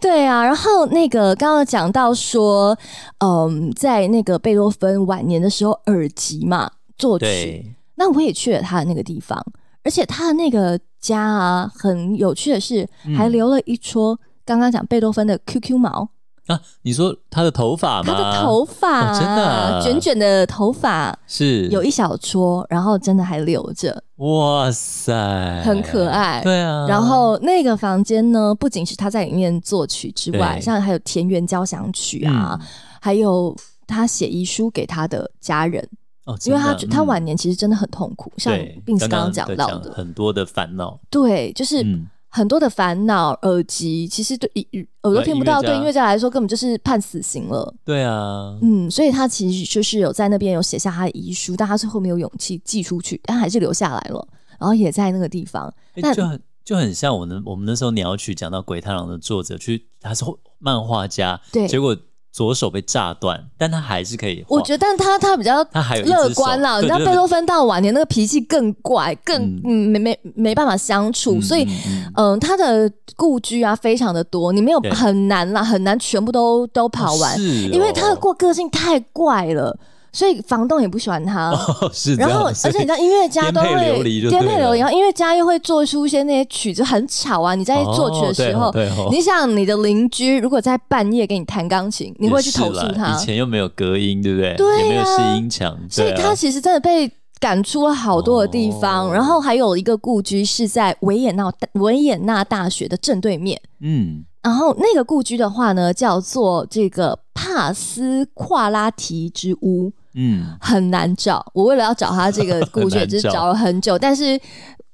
Speaker 3: 对啊，然后那个刚刚讲到说，嗯，在那个贝多芬晚年的时候，耳机嘛作曲，
Speaker 2: 对，
Speaker 3: 那我也去了他的那个地方，而且他的那个家啊，很有趣的是，还留了一撮刚刚讲贝多芬的 QQ 毛，
Speaker 2: 啊，你说他的头发
Speaker 3: 他
Speaker 2: 吗？
Speaker 3: 的头发、
Speaker 2: 哦真的啊
Speaker 3: 卷卷的头发。
Speaker 2: 是
Speaker 3: 有一小撮，然后真的还留着，
Speaker 2: 哇塞，
Speaker 3: 很可爱
Speaker 2: 对啊，
Speaker 3: 然后那个房间呢，不仅是他在里面作曲之外，
Speaker 2: 对
Speaker 3: 像还有田园交响曲啊，
Speaker 2: 嗯
Speaker 3: 还有他写遗书给他的家人，
Speaker 2: 哦，
Speaker 3: 因为他
Speaker 2: 真的
Speaker 3: 他
Speaker 2: 嗯
Speaker 3: 晚年其实真的很痛苦，像
Speaker 2: 对
Speaker 3: 病斯刚
Speaker 2: 刚
Speaker 3: 刚讲
Speaker 2: 在
Speaker 3: 到
Speaker 2: 讲
Speaker 3: 的，
Speaker 2: 很多的烦恼，
Speaker 3: 对，就是
Speaker 2: 嗯，
Speaker 3: 很多的烦恼、耳疾，其实对耳朵
Speaker 2: 对
Speaker 3: 听不
Speaker 2: 音乐
Speaker 3: 到，
Speaker 2: 家
Speaker 3: 对音乐家来说根本就是判死刑了。
Speaker 2: 对啊，
Speaker 3: 嗯，所以他其实就是有在那边有写下他的遗书，但他最后没有勇气寄出去，但还是留下来了，然后也在那个地方。
Speaker 2: 诶
Speaker 3: 但
Speaker 2: 就很就很像我们我们那时候鸟曲讲到鬼太郎的作者去，他是漫画家，
Speaker 3: 对
Speaker 2: 结果左手被炸断，但他还是可以画，
Speaker 3: 我觉得，但他他比较
Speaker 2: 他还有一只
Speaker 3: 乐观啦，
Speaker 2: 手
Speaker 3: 你知道
Speaker 2: 对
Speaker 3: 贝多芬到晚年那个脾气更怪，更
Speaker 2: 嗯
Speaker 3: 嗯没没没办法相处，
Speaker 2: 嗯
Speaker 3: 所以
Speaker 2: 嗯嗯
Speaker 3: 嗯、他的故居啊非常的多，你没有
Speaker 2: 对
Speaker 3: 很难啦，很难全部都都跑完，
Speaker 2: 是哦
Speaker 3: 因为他的过个性太怪了，所以房东也不喜欢他。
Speaker 2: 哦是这
Speaker 3: 然
Speaker 2: 样，
Speaker 3: 后，而
Speaker 2: 所以
Speaker 3: 且你知道，音乐家都会
Speaker 2: 颠沛流离就对了
Speaker 3: 颠沛流离，然后音乐家又会做出一些那些曲子很吵啊。你在作曲的时候，
Speaker 2: 哦对哦对哦
Speaker 3: 你想你的邻居如果在半夜给你弹钢琴，你会去投诉
Speaker 2: 也是啦
Speaker 3: 他？
Speaker 2: 以前又没有隔音，对不对？
Speaker 3: 对啊
Speaker 2: 也没有试音墙，
Speaker 3: 所以
Speaker 2: 对啊
Speaker 3: 他其实真的被赶出了好多的地方。
Speaker 2: 哦
Speaker 3: 然后还有一个故居是在维也纳大维也纳大学的正对面。
Speaker 2: 嗯，
Speaker 3: 然后那个故居的话呢，叫做这个帕斯夸拉提之屋，
Speaker 2: 嗯，
Speaker 3: 很难找。我为了要找他这个故居，
Speaker 2: 很难找
Speaker 3: 也是找了很久。但是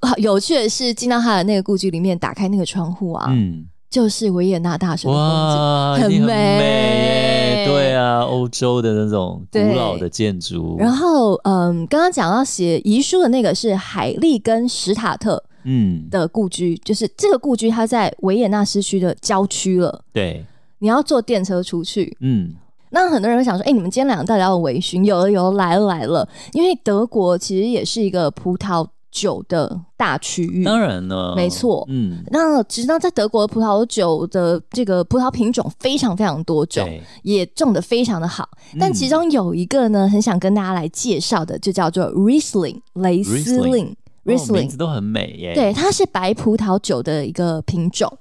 Speaker 3: 呃有趣的是，进到他的那个故居里面，打开那个窗户啊，
Speaker 2: 嗯，
Speaker 3: 就是维也纳大学的风景。
Speaker 2: 哇，
Speaker 3: 很
Speaker 2: 一定很
Speaker 3: 美
Speaker 2: 耶对啊，欧洲的那种古
Speaker 3: 对
Speaker 2: 老的建筑，
Speaker 3: 然后，嗯，刚刚讲到写遗书的那个是海利跟史塔特，
Speaker 2: 嗯，
Speaker 3: 的故居，就是这个故居，它在维也纳市区的郊区了。
Speaker 2: 对，
Speaker 3: 你要坐电车出去，
Speaker 2: 嗯，
Speaker 3: 那很多人会想说：“哎、你们今天两个到底要有微醺？”有了，有了，来了，来了。因为德国其实也是一个葡萄酒的大区域，
Speaker 2: 当然呢，
Speaker 3: 没错
Speaker 2: 嗯，
Speaker 3: 那其实呢，在德国的葡萄酒的这个葡萄品种非常非常多种，
Speaker 2: 对，
Speaker 3: 也种的非常的好。但
Speaker 2: 嗯
Speaker 3: 其中有一个呢，很想跟大家来介绍的，就叫做 Riesling 雷司令
Speaker 2: 哦名
Speaker 3: Riesling
Speaker 2: 字。都很美耶，
Speaker 3: 对，，它是白葡萄酒的一个品种。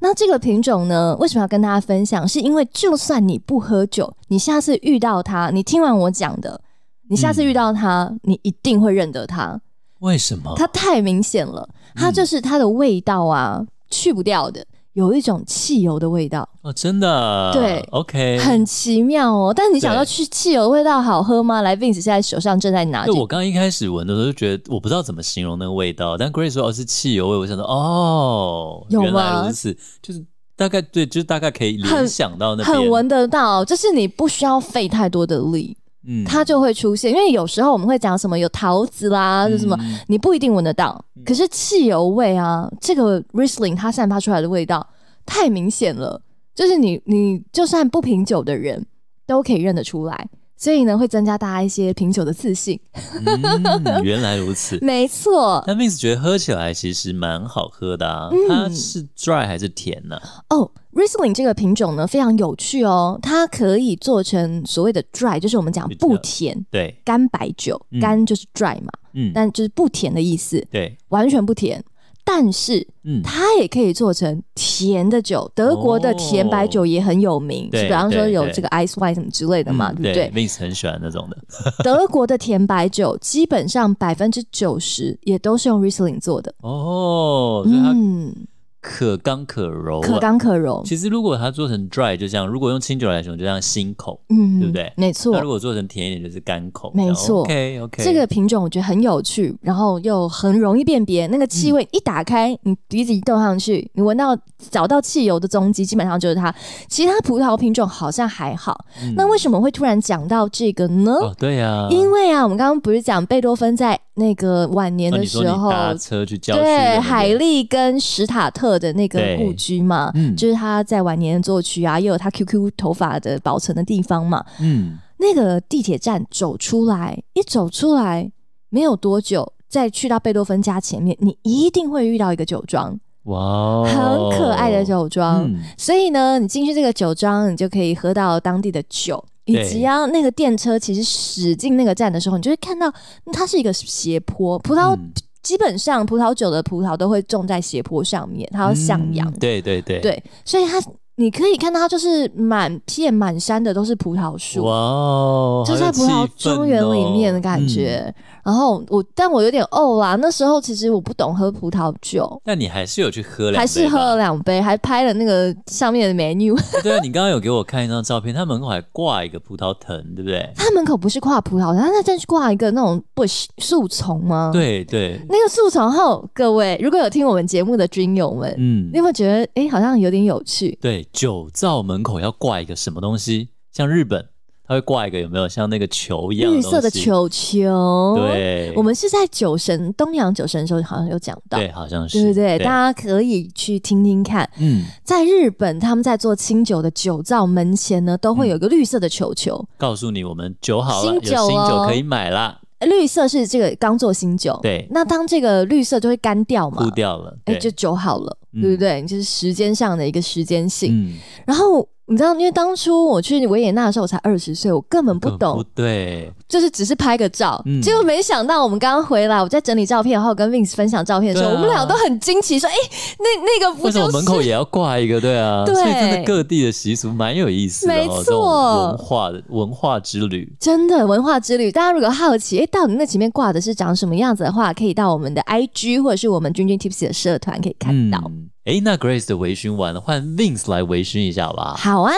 Speaker 3: 那这个品种呢，为什么要跟大家分享？是因为就算你不喝酒，你下次遇到它，你听完我讲的，你下
Speaker 2: 嗯
Speaker 3: 次遇到它，你一定会认得它。
Speaker 2: 为什么？
Speaker 3: 它太明显了，
Speaker 2: 嗯
Speaker 3: 它就是它的味道啊，去不掉的，有一种汽油的味道，
Speaker 2: 哦，真的，
Speaker 3: 对
Speaker 2: ，OK，
Speaker 3: 很奇妙哦。但你想到
Speaker 2: 对
Speaker 3: 去汽油的味道好喝吗？来，Vince 现在手上正在拿
Speaker 2: 对
Speaker 3: 着
Speaker 2: 我刚一开始闻的时候就觉得我不知道怎么形容那个味道，但 Grace 说哦是汽油味，我想说哦，
Speaker 3: 有吗
Speaker 2: 原来如此，就是大概对，就是大概可以联想到那边，
Speaker 3: 很闻得到，就是你不需要费太多的力。
Speaker 2: 嗯
Speaker 3: 它就会出现。因为有时候我们会讲什么有桃子啦，就什么，
Speaker 2: 嗯
Speaker 3: 你不一定闻得到。可是汽油味啊，这个 Riesling 它散发出来的味道太明显了，就是你你就算不品酒的人都可以认得出来。所以呢，会增加大家一些品酒的自信。
Speaker 2: 嗯，原来如此。
Speaker 3: 没错
Speaker 2: 但 Vince 觉得喝起来其实蛮好喝的
Speaker 3: 嗯
Speaker 2: 啊，它是 dry 还是甜呢、
Speaker 3: 哦、r i s l i n g 这个品种呢非常有趣哦，它可以做成所谓的 dry，就是我们讲不甜
Speaker 2: 对，
Speaker 3: 干白酒，
Speaker 2: 嗯
Speaker 3: 干就是 dry 嘛，
Speaker 2: 嗯，
Speaker 3: 但就是不甜的意思，
Speaker 2: 对，
Speaker 3: 完全不甜。但是
Speaker 2: 嗯，
Speaker 3: 它也可以做成甜的酒，德国的甜白酒也很有名，
Speaker 2: 哦对
Speaker 3: 就比方说有
Speaker 2: 对
Speaker 3: 这个 ice wine 什么之类的嘛，
Speaker 2: 嗯
Speaker 3: 对不对？
Speaker 2: Vince 很喜欢那种的，
Speaker 3: 德国的甜白酒基本上百分之九十也都是用 Riesling 做的，
Speaker 2: 哦，所以它
Speaker 3: 嗯，
Speaker 2: 可刚可柔、啊，
Speaker 3: 可刚可柔，
Speaker 2: 其实如果它做成 dry，就像如果用清酒来形容，就像新口；
Speaker 3: 嗯，
Speaker 2: 对不对
Speaker 3: 没
Speaker 2: 那如
Speaker 3: 错，
Speaker 2: 果做成甜一点，就是干口。
Speaker 3: 没错
Speaker 2: ，OK OK，
Speaker 3: 这个品种我觉得很有趣，然后又很容易辨别，那个
Speaker 2: 嗯
Speaker 3: 气味一打开，你鼻子一动上去，你闻到找到汽油的踪迹，基本上就是它。其他葡萄品种好像还好，那为什么会突然讲到这个呢？
Speaker 2: 嗯哦，对呀、啊，
Speaker 3: 因为啊，我们刚刚不是讲贝多芬在那个晚年
Speaker 2: 那
Speaker 3: 的
Speaker 2: 哦你说
Speaker 3: 时
Speaker 2: 你
Speaker 3: 候，
Speaker 2: 搭车去郊区的那
Speaker 3: 对
Speaker 2: 个，
Speaker 3: 海莉跟史塔特的那个
Speaker 2: 对
Speaker 3: 故居嘛，
Speaker 2: 嗯
Speaker 3: 就是他在晚年的作曲啊，也有他 QQ 头发的保存的地方嘛。
Speaker 2: 嗯，
Speaker 3: 那个地铁站走出来，一走出来没有多久，再去到贝多芬家前面，你一定会遇到一个酒庄，
Speaker 2: 哇哦，
Speaker 3: 很可爱的酒庄。
Speaker 2: 嗯，
Speaker 3: 所以呢，你进去这个酒庄，你就可以喝到当地的酒。以
Speaker 2: 对
Speaker 3: 及啊，那个电车其实驶进那个站的时候，你就会看到它是一个斜坡，葡萄
Speaker 2: 嗯
Speaker 3: 基本上葡萄酒的葡萄都会种在斜坡上面，它要向阳。
Speaker 2: 嗯对对对，
Speaker 3: 对，所以它你可以看到，它就是满片满山的都是葡萄树
Speaker 2: 哇，哦，
Speaker 3: 就在葡萄庄园里面的感
Speaker 2: 嗯。
Speaker 3: 觉。然后我，但我有点哦啦，那时候其实我不懂喝葡萄酒。
Speaker 2: 那你还是有去喝两杯吧，
Speaker 3: 还是喝了两杯，还拍了那个上面的 menu。
Speaker 2: 对啊，你刚刚有给我看一张照片，它门口还挂一个葡萄藤，对不对？
Speaker 3: 它门口不是挂葡萄，它那真是挂一个那种 bush 树丛吗？，
Speaker 2: 对对，
Speaker 3: 那个树丛后，各位如果有听我们节目的军友们，
Speaker 2: 嗯
Speaker 3: 你，有没有觉得哎、诶好像有点有趣？
Speaker 2: 对，酒造门口要挂一个什么东西？像日本，它会挂一个有没有像那个球一样
Speaker 3: 绿
Speaker 2: 东
Speaker 3: 色的
Speaker 2: 西？
Speaker 3: 球球，，
Speaker 2: 对，
Speaker 3: 我们是在酒神东洋酒神的时候好像有讲到，
Speaker 2: 对，好像是，
Speaker 3: 对不对？大家可以去听听看，
Speaker 2: 嗯，
Speaker 3: 在日本他们在做清酒的酒造门前呢，
Speaker 2: 嗯
Speaker 3: 都会有一个绿色的球球，
Speaker 2: 告诉你我们酒好了，
Speaker 3: 新
Speaker 2: 有
Speaker 3: 酒
Speaker 2: 新酒
Speaker 3: 哦
Speaker 2: 可以买啦，
Speaker 3: 绿色是这个刚做新酒，
Speaker 2: 对
Speaker 3: 那当这个绿色就会干掉嘛
Speaker 2: 哭，掉了，
Speaker 3: 哎、
Speaker 2: 对，
Speaker 3: 就酒好了，
Speaker 2: 嗯
Speaker 3: 对不对？就是时间上的一个时间性。
Speaker 2: 嗯，
Speaker 3: 然后你知道，因为当初我去维也纳的时候，我才二十岁，我根本不
Speaker 2: 根本
Speaker 3: 懂
Speaker 2: 不对，
Speaker 3: 就是只是拍个照，
Speaker 2: 嗯
Speaker 3: 结果没想到我们刚刚回来，我在整理照片，然后跟 Vince 分享照片的时候，
Speaker 2: 对啊
Speaker 3: 我们俩都很惊奇，说：“哎、那那个不
Speaker 2: 为什
Speaker 3: 就
Speaker 2: 么
Speaker 3: 是
Speaker 2: 门口也要挂一个？对啊，
Speaker 3: 对
Speaker 2: 所以真的各地的习俗蛮有意思的、哦，
Speaker 3: 没错
Speaker 2: 这种文化的文化之旅，
Speaker 3: 真的文化之旅？”大家如果好奇，哎、到底那前面挂的是长什么样子的话，可以到我们的 IG 或者是我们君君 Tipsy 的社团可以看到。
Speaker 2: 嗯诶，那 Grace 的微醺完了，换 Vince 来微醺一下好不好
Speaker 3: 好啊，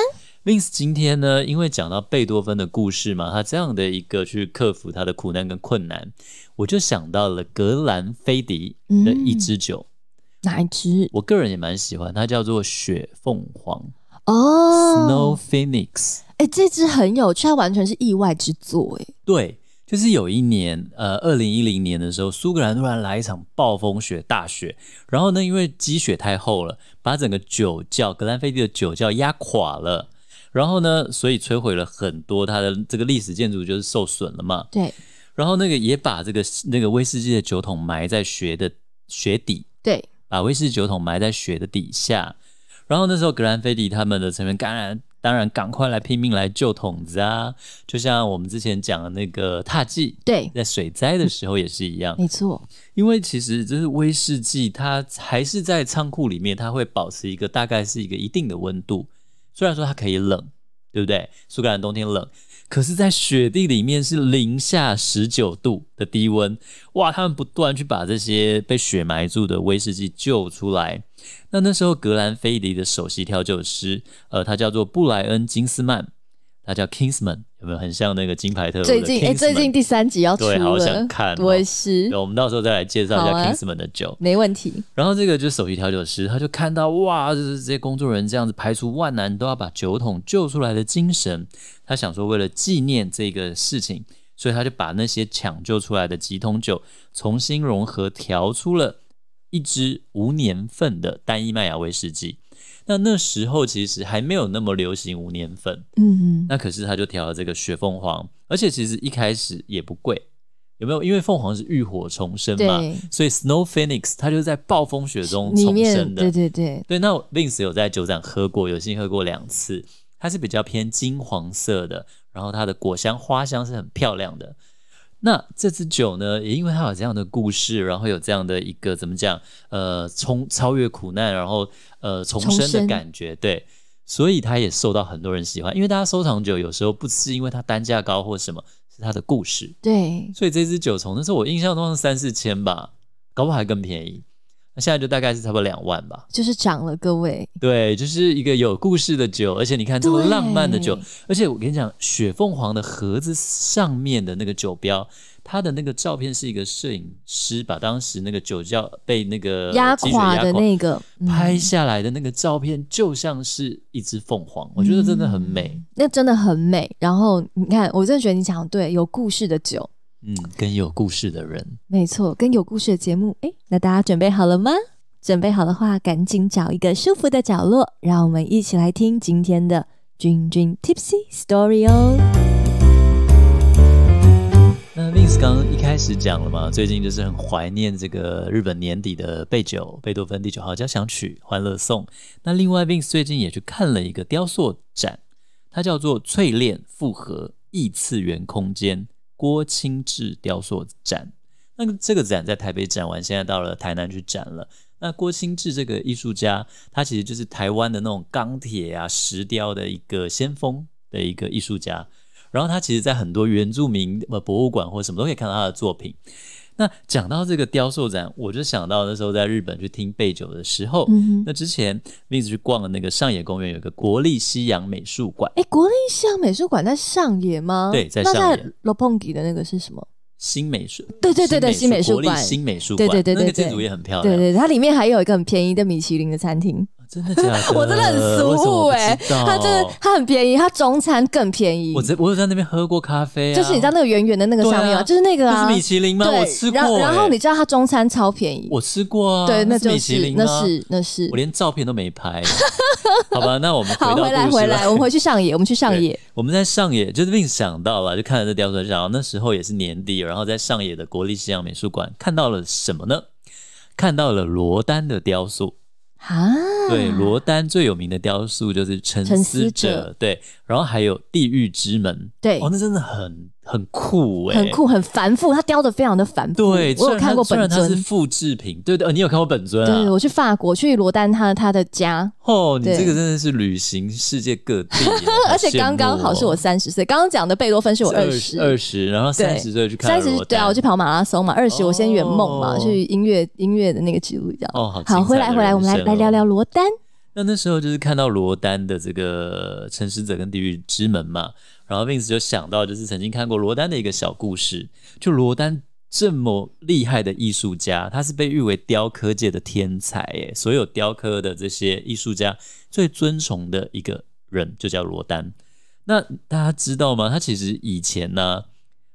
Speaker 2: ？Vince 今天呢，因为讲到贝多芬的故事嘛，他这样的一个去克服他的苦难跟困难，我就想到了格兰菲迪的一支酒，
Speaker 3: 嗯哪一支？
Speaker 2: 我个人也蛮喜欢，它叫做雪凤凰
Speaker 3: 哦
Speaker 2: （Snow，Phoenix）。
Speaker 3: 哎、这支很有趣，它完全是意外之作、哎，
Speaker 2: 对，就是有一年，呃，二零一零年的时候，苏格兰突然来一场暴风雪、大雪，然后呢，因为积雪太厚了，把整个酒窖格兰菲迪的酒窖压垮了，然后呢，所以摧毁了很多它的这个历史建筑，就是受损了嘛。
Speaker 3: 对
Speaker 2: 然后那个也把这个那个威士忌的酒桶埋在雪的雪底，
Speaker 3: 对，
Speaker 2: 把威士忌酒桶埋在雪的底下。然后那时候格兰菲迪他们的成员当然当然赶快来拼命来救桶子啊，就像我们之前讲的那个踏迹。
Speaker 3: 对，
Speaker 2: 在水灾的时候也是一样，
Speaker 3: 没错，
Speaker 2: 因为其实就是威士忌，它还是在仓库里面，它会保持一个大概是一个一定的温度。虽然说它可以冷，对不对？苏格兰冬天冷，可是，在雪地里面是零下十九度的低温，哇！他们不断去把这些被雪埋住的威士忌救出来。那那时候，格兰菲迪的首席调酒师，呃，他叫做布莱恩金斯曼，他叫 Kingsman，有没有很像那个金牌特务的
Speaker 3: 最近哎、
Speaker 2: Kingsman？
Speaker 3: 最近第三集要出
Speaker 2: 对
Speaker 3: 了，
Speaker 2: 好想看哦
Speaker 3: 我也是
Speaker 2: 对，，我们到时候再来介绍一
Speaker 3: 好
Speaker 2: 下
Speaker 3: 啊
Speaker 2: Kingsman 的酒。
Speaker 3: 没问题，
Speaker 2: 然后这个就是首席调酒师，他就看到哇，就是这些工作人员这样子排除万难都要把酒桶救出来的精神，他想说为了纪念这个事情，所以他就把那些抢救出来的几桶酒重新融合，调出了一支无年份的单一麦芽威士忌。那那时候其实还没有那么流行无年份，
Speaker 3: 嗯，
Speaker 2: 那可是他就调了这个雪凤凰，而且其实一开始也不贵，有没有？因为凤凰是浴火重生嘛
Speaker 3: 对，
Speaker 2: 所以 Snow Phoenix 它就是在暴风雪中
Speaker 3: 里
Speaker 2: 重
Speaker 3: 面
Speaker 2: 生的。
Speaker 3: 对对对，
Speaker 2: 对那我 Vince 有在酒展喝过，有幸喝过两次，它是比较偏金黄色的，然后它的果香、花香是很漂亮的。那这支酒呢，也因为它有这样的故事，然后有这样的一个怎么讲，呃，冲超越苦难，然后呃重
Speaker 3: 重
Speaker 2: 生的
Speaker 3: 生
Speaker 2: 感觉，对，所以它也受到很多人喜欢。因为大家收藏酒有时候不是因为它单价高或什么，是它的故事。
Speaker 3: 对，
Speaker 2: 所以这支酒从那时候我印象中是三四千吧，搞不好还更便宜。那现在就大概是差不多两万吧。
Speaker 3: 就是涨了，各位。
Speaker 2: 对，就是一个有故事的酒，而且你看这么
Speaker 3: 对
Speaker 2: 浪漫的酒，而且我跟你讲，雪凤凰的盒子上面的那个酒标，它的那个照片是一个摄影师把当时那个酒窖被那个
Speaker 3: 压
Speaker 2: 积雪
Speaker 3: 垮的那个
Speaker 2: 呃
Speaker 3: 嗯
Speaker 2: 压垮拍下来的那个照片，就像是一只凤凰，我觉得
Speaker 3: 嗯
Speaker 2: 真的很美。
Speaker 3: 那真的很美。然后你看，我真的觉得你讲得对，有故事的酒，
Speaker 2: 嗯，跟有故事的人，
Speaker 3: 没错，跟有故事的节目。哎，那大家准备好了吗？准备好的话，赶紧找一个舒服的角落，让我们一起来听今天的君君 Tipsy Story 哦。
Speaker 2: 那 Vince 刚刚一开始讲了嘛，最近就是很怀念这个日本年底的贝九贝多芬第九号交响曲《欢乐颂》。那另外 Vince 最近也去看了一个雕塑展，它叫做《淬炼复合异次元空间郭清志雕塑展》。那个这个展在台北展完，现在到了台南去展了。那郭清志这个艺术家，他其实就是台湾的那种钢铁啊、石雕的一个先锋的一个艺术家。然后他其实，在很多原住民呃博物馆或什么都可以看到他的作品。那讲到这个雕塑展，我就想到那时候在日本去听贝九的时候，
Speaker 3: 嗯哼，
Speaker 2: 那之前 Vince 去逛了那个上野公园有一个国立西洋美术馆，
Speaker 3: 哎，国立西洋美术馆在上野吗？
Speaker 2: 对在上
Speaker 3: 那
Speaker 2: 野
Speaker 3: 在罗蓬吉的那个是什么？
Speaker 2: 新美术，
Speaker 3: 对对对对
Speaker 2: 新
Speaker 3: 新美
Speaker 2: 美
Speaker 3: 术
Speaker 2: 国
Speaker 3: 馆
Speaker 2: 立新美术
Speaker 3: 对
Speaker 2: 馆，
Speaker 3: 对对对
Speaker 2: 那个
Speaker 3: 对
Speaker 2: 建筑也很漂亮，啊
Speaker 3: 对对，它里面还有一个很便宜的米其林的餐厅，
Speaker 2: 真的假 的？
Speaker 3: 我真的很
Speaker 2: 为什么
Speaker 3: 俗
Speaker 2: 我
Speaker 3: 物
Speaker 2: 不
Speaker 3: 哎、
Speaker 2: 知道
Speaker 3: 它真的它很便宜，它中餐更便宜。
Speaker 2: 哦我在我有在那边喝过咖啡、啊，
Speaker 3: 就是你知道那个圆圆的那个上面
Speaker 2: 对
Speaker 3: 吗？
Speaker 2: 啊
Speaker 3: 就是那个啊，
Speaker 2: 那是米其林吗？
Speaker 3: 对
Speaker 2: 我吃过、
Speaker 3: 然后
Speaker 2: 欸，
Speaker 3: 然后你知道它中餐超便宜，
Speaker 2: 我吃过啊，
Speaker 3: 对，那
Speaker 2: 是
Speaker 3: 就
Speaker 2: 米其
Speaker 3: 是
Speaker 2: 林吗
Speaker 3: 那是那是
Speaker 2: 我。连照片都 没拍，好吧？那我们
Speaker 3: 好，
Speaker 2: 到
Speaker 3: 回来
Speaker 2: 故事
Speaker 3: 回来，我们回去上野，我们去上野
Speaker 2: 对。我们在上野，就是 Vin 想到了，就看了这雕塑，然后那时候也是年底，然后在上野的国立西洋美术馆看到了什么呢？看到了罗丹的雕塑。
Speaker 3: 啊，
Speaker 2: 对，罗丹最有名的雕塑就是《沉
Speaker 3: 沉
Speaker 2: 思
Speaker 3: 思
Speaker 2: 者》
Speaker 3: 者
Speaker 2: 对，然后还有《地狱之门》，
Speaker 3: 对
Speaker 2: 哦，那真的很很酷哎、
Speaker 3: 很。酷，很繁复，它雕的非常的繁复。
Speaker 2: 对，虽
Speaker 3: 我有
Speaker 2: 然它
Speaker 3: 看过
Speaker 2: 虽然
Speaker 3: 本
Speaker 2: 它是
Speaker 3: 尊。
Speaker 2: 复制品，对对、呃你有看过本尊
Speaker 3: 对，
Speaker 2: 啊？
Speaker 3: 我去法国，去罗丹他他的家，
Speaker 2: 哦，你
Speaker 3: 对
Speaker 2: 这个真的是旅行世界各地耶，
Speaker 3: 而且刚刚好是我三十岁，刚刚讲的贝多芬是我二
Speaker 2: 哦二
Speaker 3: 十，
Speaker 2: 二十，然后三十岁去看
Speaker 3: 三
Speaker 2: 了
Speaker 3: 十
Speaker 2: 罗
Speaker 3: 对啊，
Speaker 2: 丹
Speaker 3: 我去跑马拉松嘛，二十我先圆梦嘛，
Speaker 2: 哦
Speaker 3: 去音乐音乐的那个记录这样。
Speaker 2: 哦，好精彩的人生
Speaker 3: 好，
Speaker 2: 哦，
Speaker 3: 回来回来，我们来来聊聊罗丹。
Speaker 2: 那那时候就是看到罗丹的这个《沉思者》跟《地狱之门》嘛，然后 Vince 就想到就是曾经看过罗丹的一个小故事，就罗丹这么厉害的艺术家，他是被誉为雕刻界的天才，耶，所有雕刻的这些艺术家最尊崇的一个人就叫罗丹。那大家知道吗？他其实以前呢、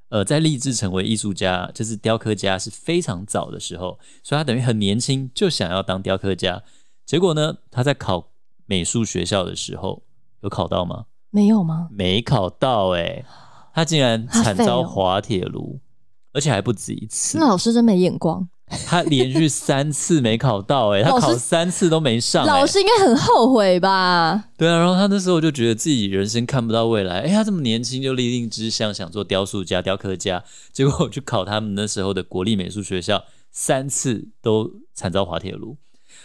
Speaker 2: 呃，在立志成为艺术家，就是雕刻家是非常早的时候，所以他等于很年轻就想要当雕刻家。结果呢，他在考美术学校的时候有考到吗？
Speaker 3: 没有吗？
Speaker 2: 没考到哎、他竟然惨遭
Speaker 3: 他废了
Speaker 2: 滑铁卢，而且还不止一次
Speaker 3: 那，老师真没眼光，
Speaker 2: 他连续三次没考到哎、他
Speaker 3: 老师
Speaker 2: 考三次都没上、欸，
Speaker 3: 老师应该很后悔吧？
Speaker 2: 对啊，然后他那时候就觉得自己人生看不到未来，哎，他这么年轻就立定志向，想做雕塑家、雕刻 家，结果我去考他们那时候的国立美术学校，三次都惨遭滑铁卢。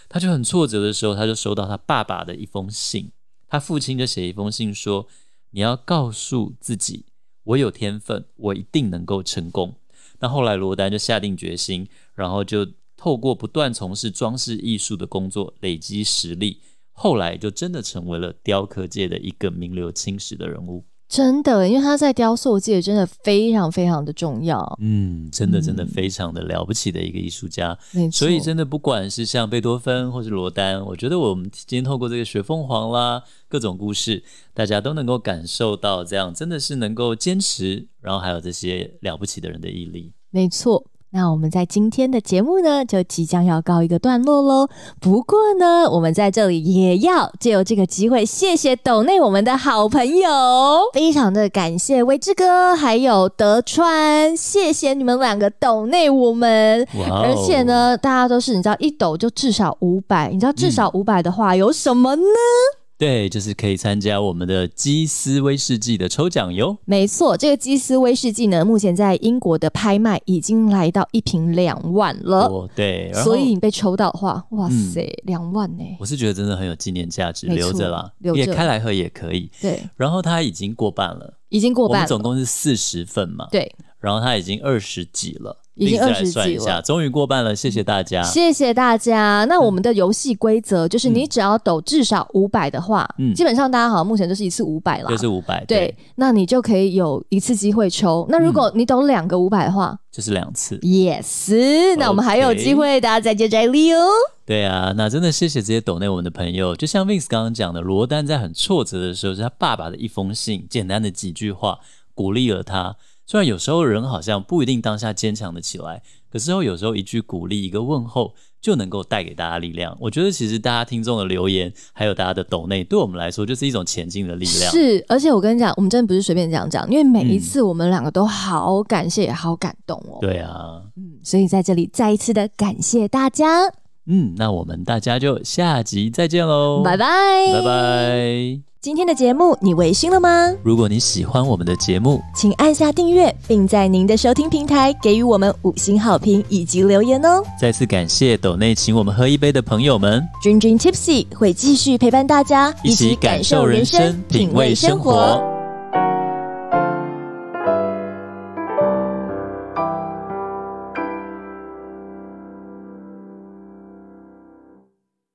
Speaker 2: 他就很挫折的时候，他就收到他爸爸的一封信，他父亲就写一封信说：“你要告诉自己，我有天分，我一定能够成功。”那后来罗丹就下定决心，然后就透过不断从事装饰艺术的工作，累积实力，后来就真的成为了雕刻界的一个名留青史的人物。
Speaker 3: 真的，因为他在雕塑界真的非常非常的重要，
Speaker 2: 嗯，真的真的
Speaker 3: 嗯
Speaker 2: 非常的了不起的一个艺术家。
Speaker 3: 没错。
Speaker 2: 所以真的不管是像贝多芬或是罗丹，我觉得我们今天透过这个雪凤凰啦，各种故事，大家都能够感受到这样真的是能够坚持，然后还有这些了不起的人的毅力。
Speaker 3: 没错。那我们在今天的节目呢，就即将要告一个段落喽。不过呢，我们在这里也要借由这个机会，谢谢斗内我们的好朋友，非常的感谢威志哥还有德川，谢谢你们两个斗内我们。
Speaker 2: 哇、哦！
Speaker 3: 而且，呢，大家都是你知道一抖就至少五百，你知道至少五百的话有什么呢？
Speaker 2: 对，就是可以参加我们的基斯威士忌的抽奖哟。
Speaker 3: 没错，这个基斯威士忌呢，目前在英国的拍卖已经来到一瓶两万了。
Speaker 2: 哦，对，然后嗯
Speaker 3: 所以你被抽到的话，哇塞，两、万呢、
Speaker 2: 我是觉得真的很有纪念价值，
Speaker 3: 没错
Speaker 2: 留着啦，
Speaker 3: 留着
Speaker 2: 也开来喝也可以。
Speaker 3: 对，
Speaker 2: 然后它已经过半了，
Speaker 3: 已经过
Speaker 2: 我
Speaker 3: 半
Speaker 2: 们
Speaker 3: 了，
Speaker 2: 总共是四十份嘛，
Speaker 3: 对，
Speaker 2: 然后它已经二十几了，
Speaker 3: 已经
Speaker 2: 另再
Speaker 3: 20
Speaker 2: 算一
Speaker 3: 几了
Speaker 2: 下，终于过半了，谢谢大家。
Speaker 3: 谢谢大家。
Speaker 2: 嗯
Speaker 3: 那我们的游戏规则就是，你只要抖至少五百的话，
Speaker 2: 嗯
Speaker 3: 基本上大家好像目前都是一次五百啦
Speaker 2: 就。是五百，
Speaker 3: 对，，那你就可以有一次机会抽。
Speaker 2: 嗯
Speaker 3: 那如果你抖两个五百的话、
Speaker 2: 就是两次。
Speaker 3: y e s 那我们还有机会，大家再接再厉哦。
Speaker 2: 对啊，那真的谢谢这些抖内我们的朋友。就像 Vince 刚刚讲的，罗丹在很挫折的时候，是他爸爸的一封信，简单的几句话鼓励了他。虽然有时候人好像不一定当下坚强的起来，可是有时候一句鼓励、一个问候就能够带给大家力量。我觉得其实大家听众的留言，还有大家的抖内，对我们来说就是一种前进的力量。嗯
Speaker 3: 是，而且我跟你讲，我们真的不是随便讲讲，因为每一次我们两个都好感谢，也好感动哦。
Speaker 2: 对啊，
Speaker 3: 嗯，所以在这里再一次的感谢大家，
Speaker 2: 嗯，那我们大家就下集再见喽，
Speaker 3: 拜拜，
Speaker 2: 拜。拜。
Speaker 1: 今天的节目你微醺了吗？
Speaker 2: 如果你喜欢我们的节目，
Speaker 1: 请按下订阅，并在您的收听平台给予我们五星好评以及留言哦。
Speaker 2: 再次感谢抖内请我们喝一杯的朋友们，
Speaker 1: 君君 Tipsy 会继续陪伴大家，
Speaker 2: 一起感受人生，品味生活。